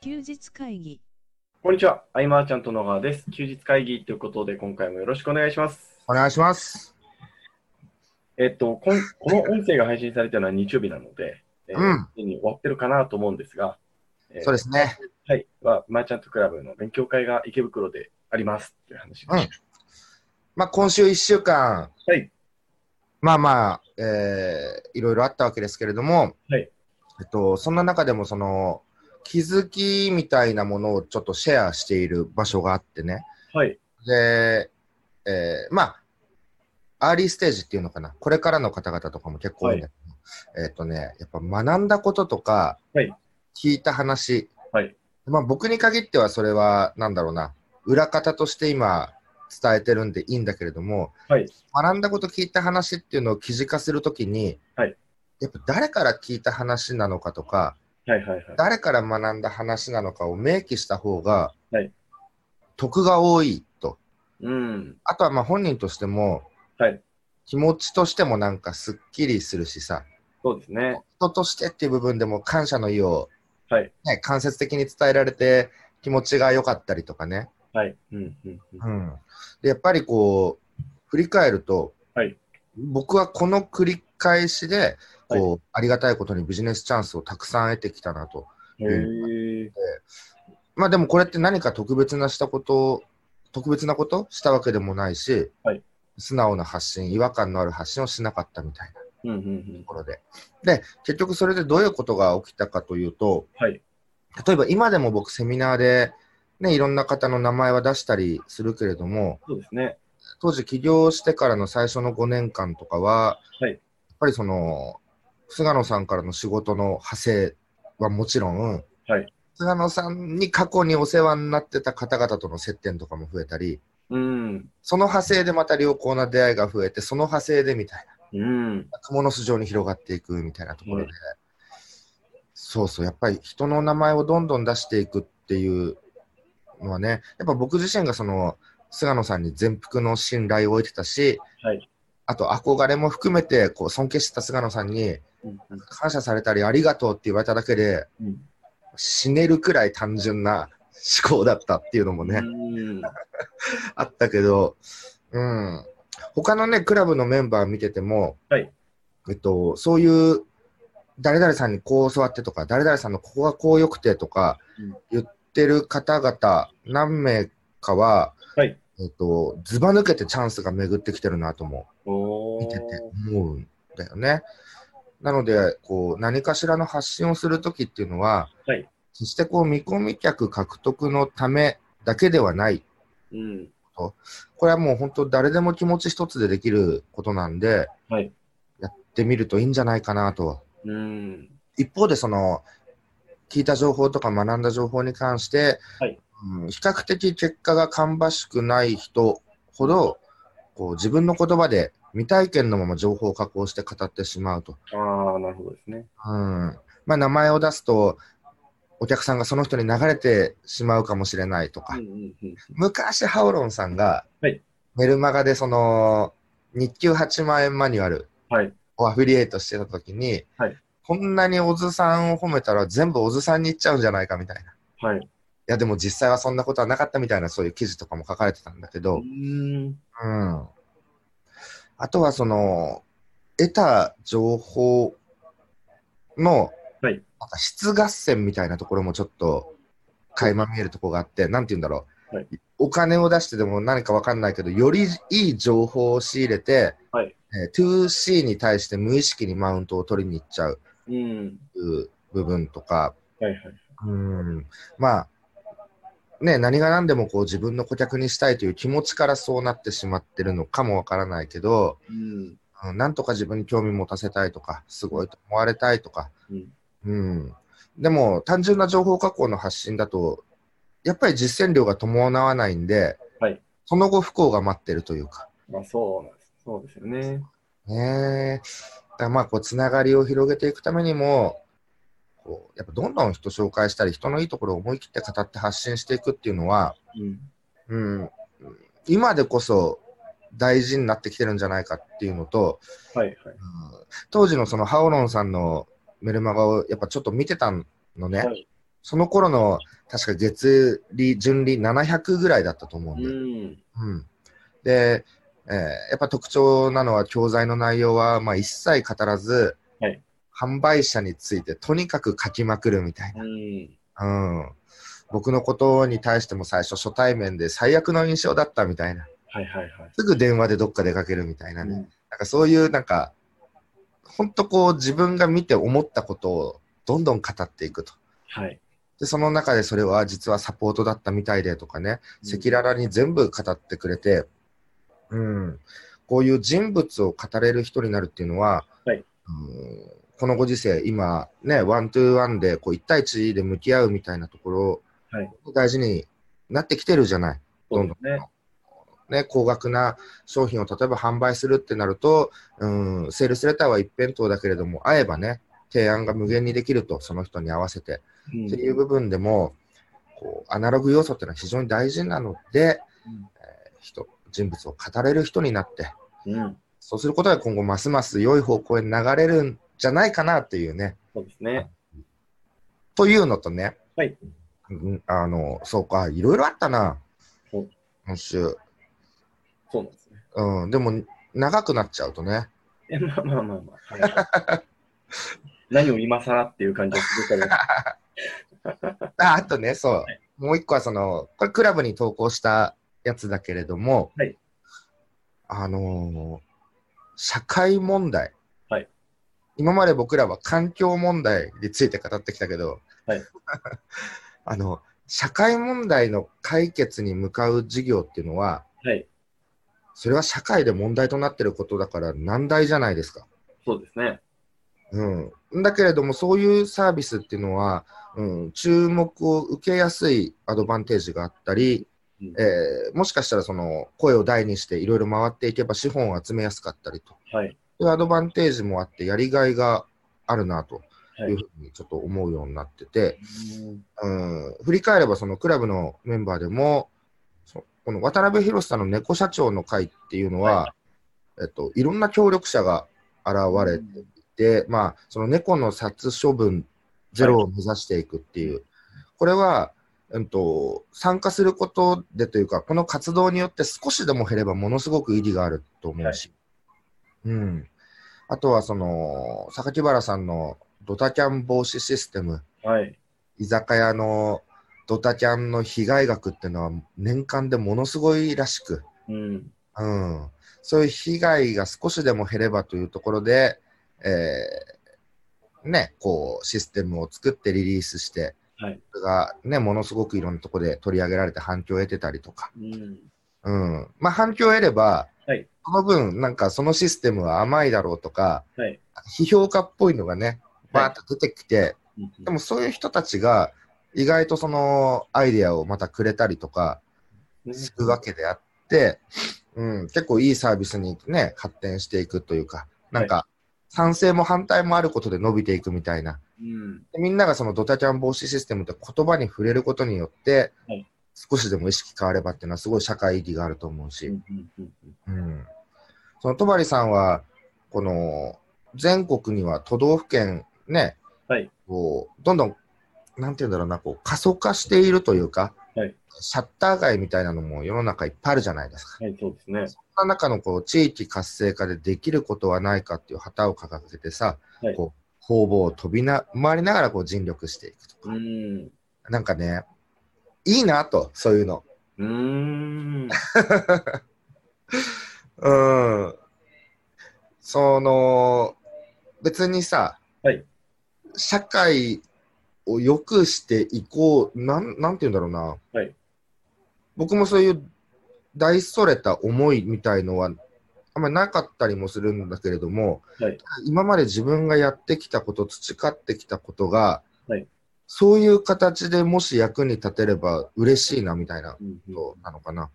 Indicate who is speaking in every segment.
Speaker 1: 休日会議
Speaker 2: こんにちは、アイマーちゃんと野川です。休日会議ということで、今回もよろしくお願いします。
Speaker 3: お願いします。
Speaker 2: えっと、こんこの音声が配信されたのは日曜日なので、えー
Speaker 3: うん
Speaker 2: すでに終わってるかなと思うんですが、えー
Speaker 3: そうですね。
Speaker 2: はい、は、マーチャントクラブの勉強会が池袋でありますっていう話です。
Speaker 3: まあ、今週1週間、
Speaker 2: はい、
Speaker 3: まあまあ、えーいろいろあったわけですけれども、
Speaker 2: はい
Speaker 3: えっと、そんな中でも、その、気づきみたいなものをちょっとシェアしている場所があってね。
Speaker 2: はい、
Speaker 3: で、えーまあ、アーリーステージっていうのかな、これからの方々とかも結構多いんだけど、えっ、とね、やっぱ学んだこととか、
Speaker 2: はい
Speaker 3: 聞いた話、
Speaker 2: はい
Speaker 3: まあ、僕に限ってはそれは、なんだろうな、裏方として今、伝えてるんでいいんだけれども、
Speaker 2: はい
Speaker 3: 学んだこと聞いた話っていうのを記事化するときに、
Speaker 2: はい
Speaker 3: やっぱ誰から聞いた話なのかとか、
Speaker 2: はい、はい、はい。
Speaker 3: 誰から学んだ話なのかを明記した方が、
Speaker 2: はい
Speaker 3: 得が多いと。
Speaker 2: うん、
Speaker 3: あとはまあ本人としても、
Speaker 2: はい
Speaker 3: 気持ちとしてもなんかすっきりするしさ、
Speaker 2: そうですね。
Speaker 3: 人としてっていう部分でも感謝の意を、
Speaker 2: はい
Speaker 3: ね、間接的に伝えられて気持ちが良かったりとかね。
Speaker 2: はい、うん、うん、うん
Speaker 3: うん、でやっぱりこう、振り返ると、
Speaker 2: はい
Speaker 3: 僕はこの繰り返しで、こうありがたいことにビジネスチャンスをたくさん得てきたなと。
Speaker 2: へー
Speaker 3: まあでもこれって何か特別なしたこと、特別なことしたわけでもないし、
Speaker 2: はい
Speaker 3: 素直な発信、違和感のある発信をしなかったみたいなと
Speaker 2: うん、うん、うん。
Speaker 3: ころで。で、結局それでどういうことが起きたかというと、
Speaker 2: はい、
Speaker 3: 例えば今でも僕セミナーで、ね、いろんな方の名前は出したりするけれども、
Speaker 2: そうですね。
Speaker 3: 当時起業してからの最初の5年間とかは、
Speaker 2: はい
Speaker 3: やっぱりその、菅野さんからの仕事の派生はもちろん、
Speaker 2: はい
Speaker 3: 菅野さんに過去にお世話になってた方々との接点とかも増えたり、
Speaker 2: うん、
Speaker 3: その派生でまた良好な出会いが増えて、その派生でみたい
Speaker 2: うん、
Speaker 3: な、蜘蛛の巣状に広がっていくみたいなところで、
Speaker 2: うん
Speaker 3: そうそう、やっぱり人の名前をどんどん出していくっていうのはね、やっぱ僕自身がその、菅野さんに全幅の信頼を置いてたし、
Speaker 2: はい。
Speaker 3: あと憧れも含めてこう尊敬してた菅野さんに
Speaker 2: うん、うん
Speaker 3: 感謝されたりありがとうって言われただけで
Speaker 2: うん。
Speaker 3: 死ねるくらい単純な思考だったっていうのもね、
Speaker 2: うん
Speaker 3: あったけど、うん、他のねクラブのメンバー見てても、
Speaker 2: はい
Speaker 3: えっと、そういう誰々さんにこう教わってとか誰々さんのここがこうよくてとか
Speaker 2: うん
Speaker 3: 言ってる方々何名かは、
Speaker 2: はい
Speaker 3: えっと、ずば抜けてチャンスが巡ってきてるなと思う。
Speaker 2: お
Speaker 3: 見て
Speaker 2: ー
Speaker 3: て思うんだよね。なのでこう何かしらの発信をするときっていうのは、
Speaker 2: はい
Speaker 3: 決してこう見込み客獲得のためだけではない
Speaker 2: うん。
Speaker 3: これはもう本当誰でも気持ち一つでできることなんで、
Speaker 2: はい
Speaker 3: やってみるといいんじゃないかなと。
Speaker 2: うん。
Speaker 3: 一方でその聞いた情報とか学んだ情報に関して、
Speaker 2: はい
Speaker 3: うん比較的結果が芳しくない人ほどこう自分の言葉で未体験のまま情報を加工して語ってしまうと、
Speaker 2: ああ、なるほどですね。
Speaker 3: うんまあ、名前を出すとお客さんがその人に流れてしまうかもしれないと
Speaker 2: う
Speaker 3: か、
Speaker 2: んうんうん。
Speaker 3: 昔ハオロンさんが、
Speaker 2: はい
Speaker 3: メルマガでその日給8万円マニュアル
Speaker 2: はい。
Speaker 3: をアフィリエイトしてた時に、
Speaker 2: はい
Speaker 3: こんなにおずさんを褒めたら全部おずさんに行っちゃうんじゃないかみたいな。い
Speaker 2: はい。
Speaker 3: やでも実際はそんなことはなかったみたいなそういう記事とかも書かれてたんだけ
Speaker 2: う
Speaker 3: ど、
Speaker 2: ん。
Speaker 3: うん、あとはその得た情報の、
Speaker 2: はい
Speaker 3: なんか質合戦みたいなところもちょっと垣間見えるところがあって、なんて言うんだろう、
Speaker 2: はい
Speaker 3: お金を出してでも何かわかんないけど、よりいい情報を仕入れて、
Speaker 2: はい
Speaker 3: えー 2C に対して無意識にマウントを取りに行っちゃう
Speaker 2: うん。
Speaker 3: いう部分とか、
Speaker 2: はいはい。
Speaker 3: うんまあ、ね、何が何でもこう自分の顧客にしたいという気持ちからそうなってしまってるのかもわからないけど、
Speaker 2: うん。
Speaker 3: うん、なんとか自分に興味持たせたいとか、すごいと思われたいとか、
Speaker 2: うん
Speaker 3: うんでも単純な情報加工の発信だと、やっぱり実践量が伴わないんで、
Speaker 2: はい
Speaker 3: その後不幸が待ってるというか、
Speaker 2: まあそうなんです。そうですよね。
Speaker 3: ねえだからまあこうつながりを広げていくためにも、こうやっぱどんどん人紹介したり、人のいいところを思い切って語って発信していくっていうのは、
Speaker 2: うん。
Speaker 3: うん、今でこそ大事になってきてるんじゃないかっていうのと、
Speaker 2: はいはい。
Speaker 3: 当時のそのハオロンさんのメルマガをやっぱちょっと見てたのね、
Speaker 2: はい
Speaker 3: その頃の、確か月利、純利700ぐらいだったと思うん
Speaker 2: う
Speaker 3: で。
Speaker 2: ん。
Speaker 3: うん、で、えーやっぱ特徴なのは教材の内容は、まあ、一切語らず、
Speaker 2: はい
Speaker 3: 販売者についてとにかく書きまくるみたい
Speaker 2: うん。
Speaker 3: な、うん、僕のことに対しても最初初対面で最悪の印象だったみたいな
Speaker 2: はいはいはい。
Speaker 3: すぐ電話でどっか出かけるみたいなね、
Speaker 2: うん
Speaker 3: なんかそういうなんか本当こう自分が見て思ったことをどんどん語っていくと。
Speaker 2: はい。
Speaker 3: で、その中でそれは実はサポートだったみたいでとかね、
Speaker 2: うん
Speaker 3: 赤裸々に全部語ってくれて、うん、こういう人物を語れる人になるっていうのは、
Speaker 2: はい
Speaker 3: うんこのご時世、今、ね、ワントゥーワンでこう1対1で向き合うみたいなところ
Speaker 2: はい
Speaker 3: を大事になってきてるじゃない。
Speaker 2: そうですね。
Speaker 3: ね、高額な商品を例えば販売するってなると、うん、セールスレターは一辺倒だけれども、会えばね、提案が無限にできると、その人に合わせて。
Speaker 2: うん
Speaker 3: っていう部分でも、こうアナログ要素っていうのは非常に大事なので、人人物を語れる人になって、
Speaker 2: うん。
Speaker 3: そうすることが今後ますます良い方向へ流れるんじゃないかなっていうね。
Speaker 2: そうですね。
Speaker 3: というのとね、
Speaker 2: はい
Speaker 3: うんあのそうか、いろいろあったな
Speaker 2: そう、
Speaker 3: 今週、
Speaker 2: そうなんですね。
Speaker 3: うん。でも長くなっちゃうとね、
Speaker 2: え、まあまあまあまあ。はい 何を今更っていう感じがするから。
Speaker 3: ああとね、そう、もう一個はその、これクラブに投稿したやつだけれども、
Speaker 2: はい
Speaker 3: あのー社会問題、
Speaker 2: はい
Speaker 3: 今まで僕らは環境問題について語ってきたけど、
Speaker 2: はい
Speaker 3: あの、社会問題の解決に向かう事業っていうのは、
Speaker 2: はい。
Speaker 3: それは社会で問題となってることだから難題じゃないですか。
Speaker 2: そうですね。
Speaker 3: うん、だけれども、そういうサービスっていうのは、うん、注目を受けやすいアドバンテージがあったり、
Speaker 2: うん
Speaker 3: えーもしかしたらその声を大にしていろいろ回っていけば資本を集めやすかったりと
Speaker 2: はい。
Speaker 3: そういうアドバンテージもあってやりがいがあるなと。
Speaker 2: はいいう
Speaker 3: ふうにちょっと思うようになってて、
Speaker 2: うん
Speaker 3: うん、振り返ればそのクラブのメンバーでもそこの渡辺博さんの猫社長の会っていうのは、いえっと、いろんな協力者が現れてで、まあ、その猫の殺処分ゼロを目指していくっていう、これは、うん、と参加することでというか、この活動によって少しでも減ればものすごく意義があると思うし、うん、あとはその榊原さんのドタキャン防止システム、
Speaker 2: はい。
Speaker 3: 居酒屋のドタキャンの被害額っていうのは年間でものすごいらしく、
Speaker 2: うん。
Speaker 3: うん、そういう被害が少しでも減ればというところで、えーね、こうシステムを作ってリリースして、
Speaker 2: はい
Speaker 3: それが、ね、ものすごくいろんなところで取り上げられて反響を得てたりとか、
Speaker 2: うん。
Speaker 3: うんまあ、反響を得れば、
Speaker 2: はい
Speaker 3: その分なんかそのシステムは甘いだろうとか、
Speaker 2: はい
Speaker 3: 批評家っぽいのがねバーッと出てきて、
Speaker 2: うん
Speaker 3: でもそういう人たちが意外とそのアイデアをまたくれたりとか
Speaker 2: ね
Speaker 3: するわけであって、うん、結構いいサービスにね、発展していくというか、なんか賛成も反対もあることで伸びていくみたいな。
Speaker 2: うん。
Speaker 3: でみんながそのドタキャン防止システムって言葉に触れることによって
Speaker 2: はい、
Speaker 3: 少しでも意識変わればっていうのはすごい社会意義があると思う
Speaker 2: う
Speaker 3: し、
Speaker 2: んうんうんうん
Speaker 3: うん。その戸張さんは、この全国には都道府県ね、
Speaker 2: はい
Speaker 3: こうどんどん、なんて言うんだろうな、こう過疎化しているというか、
Speaker 2: はい
Speaker 3: シャッター街みたいなのも世の中いっぱいあるじゃないですか。
Speaker 2: はい、そうですね。
Speaker 3: そんな中のこう地域活性化でできることはないかっていう旗を掲げてさ、
Speaker 2: はい
Speaker 3: こう方々を飛びな回りながらこう尽力していくと
Speaker 2: う
Speaker 3: か、
Speaker 2: ん。
Speaker 3: なんかね、いいなと、そういうの。
Speaker 2: うーん。
Speaker 3: うん。その、別にさ、
Speaker 2: はい
Speaker 3: 社会を良くしていこう、なん、なんて言うんだろうな。
Speaker 2: はい
Speaker 3: 僕もそういう大それた思いみたいのは、あんまりなかったりもするんだけれども、
Speaker 2: はい
Speaker 3: 今まで自分がやってきたこと、培ってきたことが、
Speaker 2: はい
Speaker 3: そういう形でもし役に立てれば嬉しいな、みたいな。
Speaker 2: うんうん
Speaker 3: ことなのかな。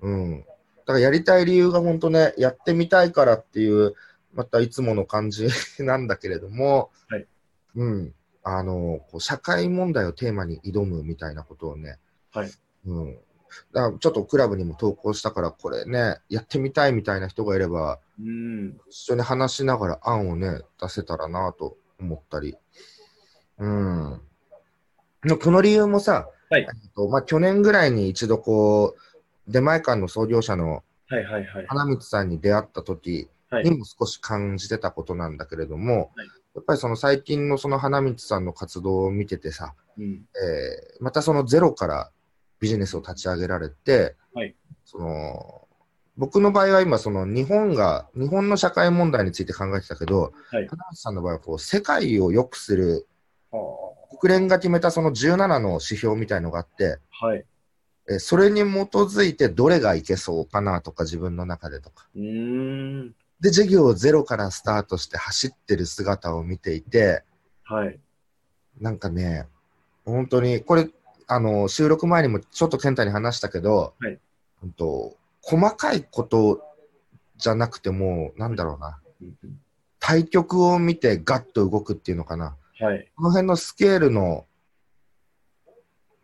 Speaker 3: うん。だからやりたい理由が本当ね、やってみたいからっていう、またいつもの感じ なんだけれども、
Speaker 2: はい
Speaker 3: うん。あの、こう社会問題をテーマに挑むみたいなことをね、
Speaker 2: はい
Speaker 3: うん。だからちょっとクラブにも投稿したから、これね、やってみたいみたいな人がいれば、
Speaker 2: うん。
Speaker 3: 一緒に話しながら案をね、出せたらなと思ったり。うん。のこの理由もさ、
Speaker 2: はい
Speaker 3: えっとまあ、去年ぐらいに一度こう、出前館の創業者の
Speaker 2: はいはいはい。
Speaker 3: 花光さんに出会った時
Speaker 2: はい
Speaker 3: にも少し感じてたことなんだけれども、
Speaker 2: はい
Speaker 3: やっぱりその最近のその花光さんの活動を見ててさ、
Speaker 2: うん。
Speaker 3: えーまたそのゼロからビジネスを立ち上げられて、
Speaker 2: はい
Speaker 3: その僕の場合は今その日本が日本の社会問題について考えてたけど、
Speaker 2: はい
Speaker 3: 花光さんの場合はこう世界を良くする
Speaker 2: は
Speaker 3: 国連が決めたその17の指標みたいのがあって、
Speaker 2: あ。はい。
Speaker 3: えーそれに基づいてどれがいけそうかなとか自分の中でとか。
Speaker 2: うーん。
Speaker 3: で、授業をゼロからスタートして走ってる姿を見ていて、
Speaker 2: はい。
Speaker 3: なんかね、本当に、これ、あの、収録前にもちょっと健太に話したけど、
Speaker 2: はい
Speaker 3: ほんと細かいことじゃなくてもう、なんだろうな、
Speaker 2: うん
Speaker 3: 対局を見てガッと動くっていうのかな。
Speaker 2: はい。
Speaker 3: この辺のスケールの、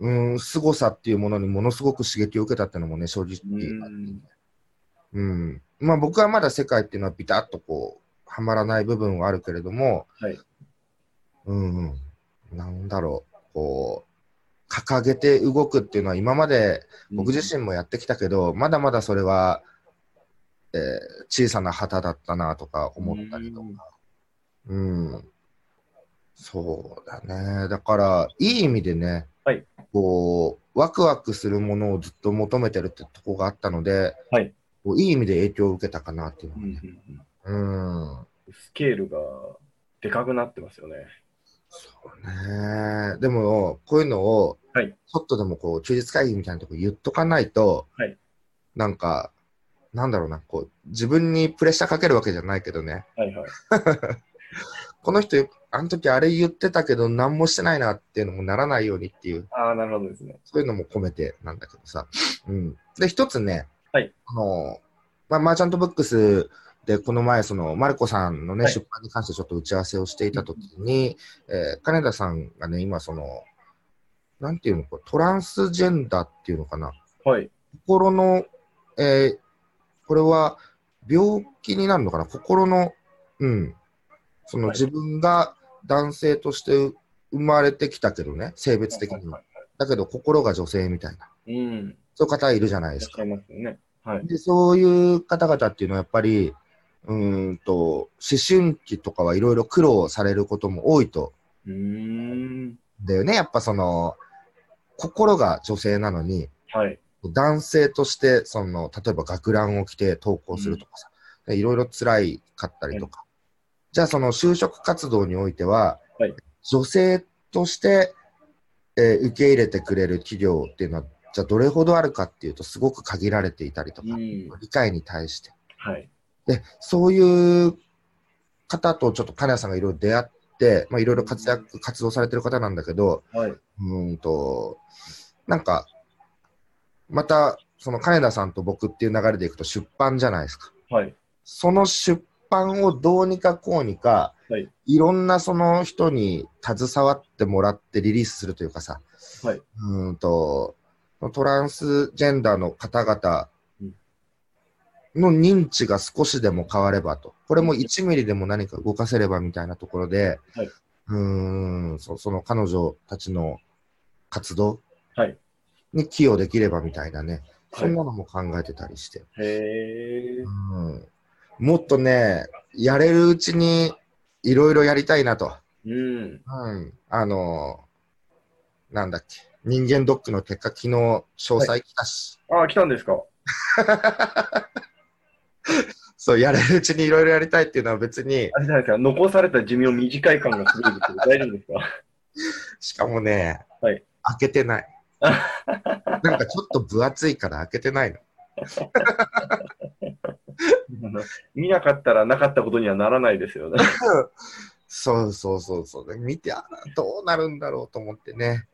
Speaker 3: うん、凄さっていうものにものすごく刺激を受けたっていうのもね、正直
Speaker 2: う
Speaker 3: あって
Speaker 2: ん。
Speaker 3: うん。まあ僕はまだ世界っていうのはビタッとこう、はまらない部分はあるけれども、
Speaker 2: はい
Speaker 3: うんうん。なんだろう、こう、掲げて動くっていうのは今まで僕自身もやってきたけど、まだまだそれは、えー小さな旗だったなとか思ったりとか。うん。そうだね。だから、いい意味でね、
Speaker 2: はい
Speaker 3: こう、ワクワクするものをずっと求めてるってとこがあったので、
Speaker 2: はい
Speaker 3: こういい意味で影響を受けたかなっていう
Speaker 2: う
Speaker 3: の
Speaker 2: んう
Speaker 3: は
Speaker 2: ん
Speaker 3: ね。
Speaker 2: うん
Speaker 3: うん。
Speaker 2: スケールがでかくなってますよね。
Speaker 3: そうね。でも、こういうのを、
Speaker 2: はい
Speaker 3: ちょっとでもこう、休日会議みたいなとこ言っとかないと、
Speaker 2: はい
Speaker 3: なんか、なんだろうな、こう、自分にプレッシャーかけるわけじゃないけどね、
Speaker 2: はいはい。
Speaker 3: この人、あの時あれ言ってたけど、何もしてないなっていうのもならないようにっていう。
Speaker 2: ああ、なるほどですね。
Speaker 3: そういうのも込めてなんだけどさ。うん、で、一つね、
Speaker 2: はい
Speaker 3: あのまあ、マーチャントブックスでこの前、そのマルコさんの、ね
Speaker 2: はい
Speaker 3: 出版に関してちょっと打ち合わせをしていたときに、えー金田さんがね、今、その、なんていうのこうトランスジェンダーっていうのかな、
Speaker 2: はい。
Speaker 3: 心の、えーこれは病気になるのかな、心の、うん、その
Speaker 2: はい
Speaker 3: 自分が男性として生まれてきたけどね、性別的には。
Speaker 2: は
Speaker 3: だけど心が女性みたいな、
Speaker 2: いはい。うん。
Speaker 3: そういう方いるじゃない
Speaker 2: い
Speaker 3: で
Speaker 2: ら
Speaker 3: す
Speaker 2: っしゃ
Speaker 3: か
Speaker 2: い。ますよね。はい。
Speaker 3: で、そういう方々っていうのはやっぱり、うーんと、思春期とかはいろいろ苦労されることも多いと。
Speaker 2: うーん。
Speaker 3: だよね、やっぱその、心が女性なのに、
Speaker 2: はい。
Speaker 3: 男性として、その、例えば学ランを着て登校するとかさ、でいろいろ辛いかったりとか。じゃあその就職活動においては、
Speaker 2: はい
Speaker 3: 女性として、えー受け入れてくれる企業っていうのは、じゃあどれほどあるかっていうと、すごく限られていたりとか
Speaker 2: う、ん。
Speaker 3: 理解に対して。
Speaker 2: はい。
Speaker 3: で、そういう方とちょっと金谷さんがいろいろ出会って、まあ、いろいろ活躍、活動されてる方なんだけど、
Speaker 2: はい。
Speaker 3: うーんと、なんか、また、その金田さんと僕っていう流れでいくと出版じゃないですか。
Speaker 2: はい。
Speaker 3: その出版をどうにかこうにか、
Speaker 2: はい、
Speaker 3: ろんなその人に携わってもらってリリースするというかさ、
Speaker 2: はいう
Speaker 3: ーんと、トランスジェンダーの方々の認知が少しでも変わればと、これも1ミリでも何か動かせればみたいなところで、
Speaker 2: はいう
Speaker 3: ーんそその彼女たちの活動
Speaker 2: はい
Speaker 3: に寄与できればみたいなね、
Speaker 2: はい
Speaker 3: そんなのも考えてたりして。
Speaker 2: へえ。
Speaker 3: うんもっとね、やれるうちにいろいろやりたいなと。
Speaker 2: うん。
Speaker 3: うん。あのーなんだっけ。人間ドックの結果、昨日、詳細来たし。
Speaker 2: ああ、来たんですか。
Speaker 3: そう、やれるうちにいろいろやりたいっていうのは別に、
Speaker 2: あれじゃないですか。残された寿命短い感がすごいですけど、大丈夫ですか。
Speaker 3: しかもね、
Speaker 2: はい
Speaker 3: 開け てない。なんかちょっと分厚いから開けてないの。
Speaker 2: 見なかったらなかったことにはならないですよね。
Speaker 3: そうそうそうそう。見て、あらどうなるんだろうと思ってね。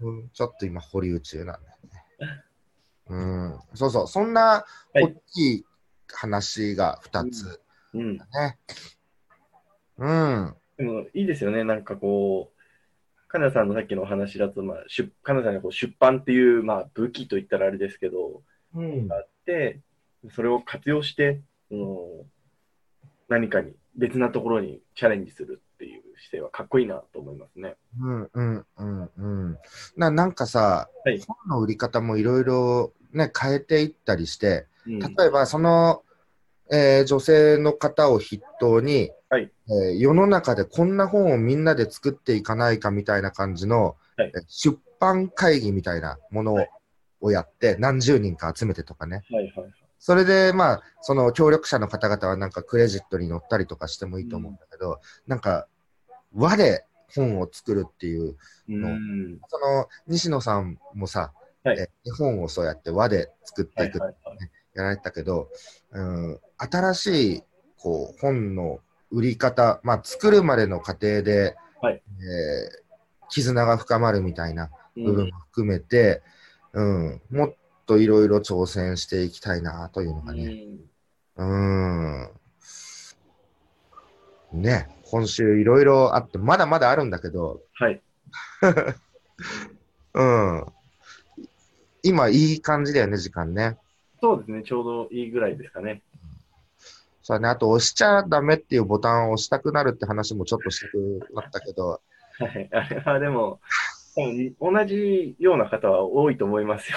Speaker 3: うん、ちょっと今、保留中なんだよね。うん、そうそう。そん
Speaker 2: は
Speaker 3: な
Speaker 2: い
Speaker 3: 大きい話が2つ
Speaker 2: うん。
Speaker 3: だね。うん。
Speaker 2: でもいいですよね。なんかこう、カナさんのさっきのお話だと、まあ、出カナさんがこう出版っていう、まあ、武器といったらあれですけど、
Speaker 3: うん
Speaker 2: あって、それを活用して、その何かに、別なところにチャレンジするっていう姿勢はかっこいいなと思いますね。
Speaker 3: うんうんうんうん。ななんかさ、
Speaker 2: はい
Speaker 3: 本の売り方もいろいろね、変えていったりして、
Speaker 2: うん
Speaker 3: 例えばその、えー女性の方を筆頭に、
Speaker 2: はい
Speaker 3: えー世の中でこんな本をみんなで作っていかないかみたいな感じの、
Speaker 2: はい
Speaker 3: えー出版会議みたいなもの
Speaker 2: はい
Speaker 3: をやって、何十人か集めてとかね。
Speaker 2: はいはいはい。
Speaker 3: それで、まあ、その協力者の方々はなんかクレジットに載ったりとかしてもいいと思うんだけど、なんか、我で本を作るっていう、
Speaker 2: うん。
Speaker 3: その西野さんもさ、
Speaker 2: はい
Speaker 3: え絵本をそうやって和で作って
Speaker 2: はい
Speaker 3: い
Speaker 2: はい
Speaker 3: く、
Speaker 2: はい。
Speaker 3: やられてたけど、うん、新しいこう本の売り方、まあ、作るまでの過程で、
Speaker 2: はい
Speaker 3: えー絆が深まるみたいな部
Speaker 2: う
Speaker 3: 分
Speaker 2: ん
Speaker 3: も含めて、うんもっといろいろ挑戦していきたいなというのがね。うんね、今週いろいろあって、まだまだあるんだけど、
Speaker 2: はい。
Speaker 3: うん。今、いい感じだよね、時間ね。
Speaker 2: そうですね、ちょうどいいぐらいですかね。
Speaker 3: そうだね。あと、押しちゃダメっていうボタンを押したくなるって話もちょっとしたくなったけど、
Speaker 2: はい。 あれはでも、多分同じような方は多いと思いますよ。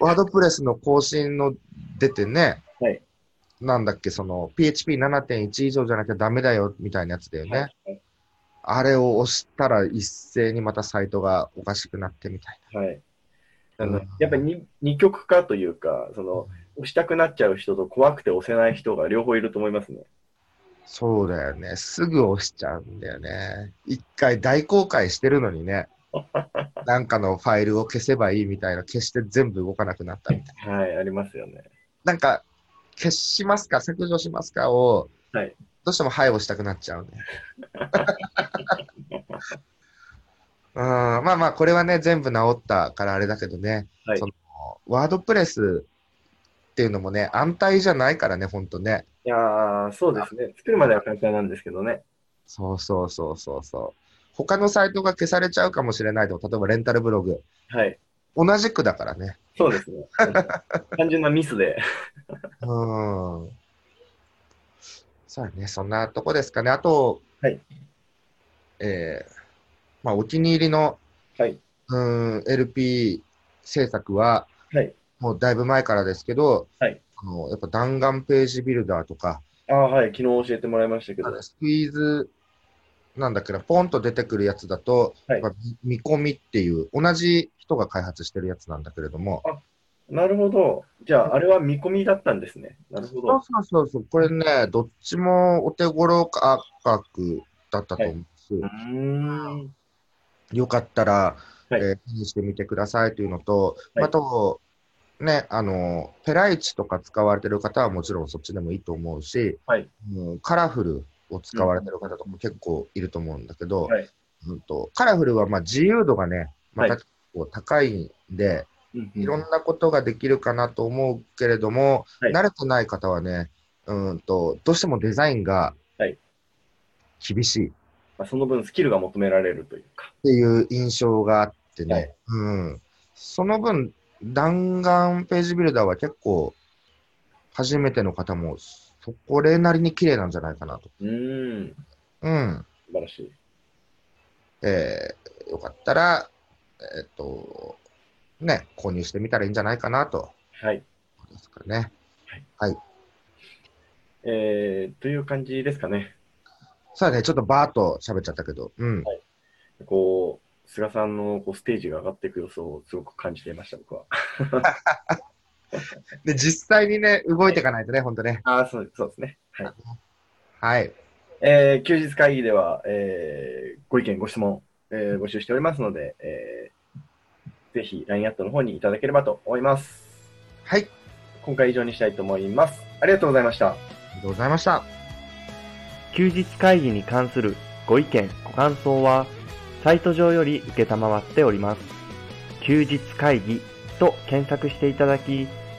Speaker 3: ワードプレスの更新の出てね、
Speaker 2: はい
Speaker 3: なんだっけ、その PHP7.1 以上じゃなきゃダメだよみたいなやつだよね。
Speaker 2: はい
Speaker 3: あれを押したら一斉にまたサイトがおかしくなってみたい
Speaker 2: はい。あの
Speaker 3: うん
Speaker 2: やっぱりに二極化というか、その、押したくなっちゃう人と怖くて押せない人が両方いると思いますね。
Speaker 3: な。そうだよね。すぐ押しちゃうんだよね。一回大公開してるの にね。なんかのファイルを消せばいいみたいな、消して全部動かなくなったみたいな。
Speaker 2: はい、ありますよね。
Speaker 3: なんか、消しますか、削除しますかを、
Speaker 2: はい
Speaker 3: どうしても配をしたくなっちゃうね。 うんまあまあ、これはね、全部治ったからあれだけどね、
Speaker 2: はい
Speaker 3: そのワードプレスっていうのもね、安泰じゃないからね、ほんとね。
Speaker 2: いやー、そうですね。作るまでは簡単なんですけどね。
Speaker 3: そうそうそうそうそう。他のサイトが消されちゃうかもしれないと、例えばレンタルブログ。
Speaker 2: はい。
Speaker 3: 同じくだからね。
Speaker 2: そうですね。 単純なミスで。
Speaker 3: うん。そうだね、そんなとこですかね。あと、
Speaker 2: はい
Speaker 3: えーまあ、お気に入りの、
Speaker 2: はい。
Speaker 3: うーん、LP 制作は、
Speaker 2: はい
Speaker 3: もうだいぶ前からですけど、
Speaker 2: はい
Speaker 3: あのやっぱ弾丸ページビルダーとか、
Speaker 2: あーはい。昨日教えてもらいましたけど。
Speaker 3: あ
Speaker 2: は
Speaker 3: のスクイーズ、なんだっけな、ポンと出てくるやつだと、
Speaker 2: はい
Speaker 3: やっぱ見見込みっていう、同じ人が開発してるやつなんだけれども、
Speaker 2: なるほど。じゃあ、あれは見込みだったんですね。なるほ
Speaker 3: そう
Speaker 2: ど。
Speaker 3: そうそうそう、これね、どっちもお手頃価格だったと思うんです。
Speaker 2: うーん。
Speaker 3: よかったら、
Speaker 2: はい
Speaker 3: えー手にしてみてくださいというのと、
Speaker 2: はい
Speaker 3: あと、ね、あの、ペライチとか使われてる方はもちろんそっちでもいいと思うし、
Speaker 2: はい
Speaker 3: うんカラフルを使われてる方とかも結構いると思うんだけど、
Speaker 2: はい
Speaker 3: うんとカラフルはまあ自由度がね、また
Speaker 2: は
Speaker 3: 結構高いんで、い、
Speaker 2: い
Speaker 3: ろんなことができるかなと思うけれども、
Speaker 2: はい
Speaker 3: 慣れてない方はね、うんと、どうしてもデザインが
Speaker 2: はい
Speaker 3: 厳しい。
Speaker 2: まあ、その分スキルが求められるというか。
Speaker 3: っていう印象があってね、
Speaker 2: はい
Speaker 3: うん、その分、弾丸ページビルダーは結構、初めての方も、そこれなりに綺麗なんじゃないかなと。
Speaker 2: うーん。
Speaker 3: うん。
Speaker 2: 素晴らしい。
Speaker 3: えーよかったら、えっ、と、ね、購入してみたらいいんじゃないかなと。
Speaker 2: はい。
Speaker 3: ですかね。
Speaker 2: えー、という感じですかね。
Speaker 3: さあね、ちょっとバーっと喋っちゃったけど、うん。
Speaker 2: こう、菅さんのこうステージが上がっていく様子をすごく感じていました、僕は。
Speaker 3: で、実際にね、動いていかないとね、ほんとね。
Speaker 2: ああ、そうそうですね。はい。
Speaker 3: はい。
Speaker 2: えー休日会議では、えーご意見、ご質問、えー募集しておりますので、えーぜひ LINE アットの方にいただければと思います。
Speaker 3: はい。あり
Speaker 2: 今回以上にしたいと思います。ありがとうございました。
Speaker 3: がとうございました。
Speaker 1: 休日会議に関するご意見、ご感想は、サイト上より受けたまわっております。休日会議と検索していただき、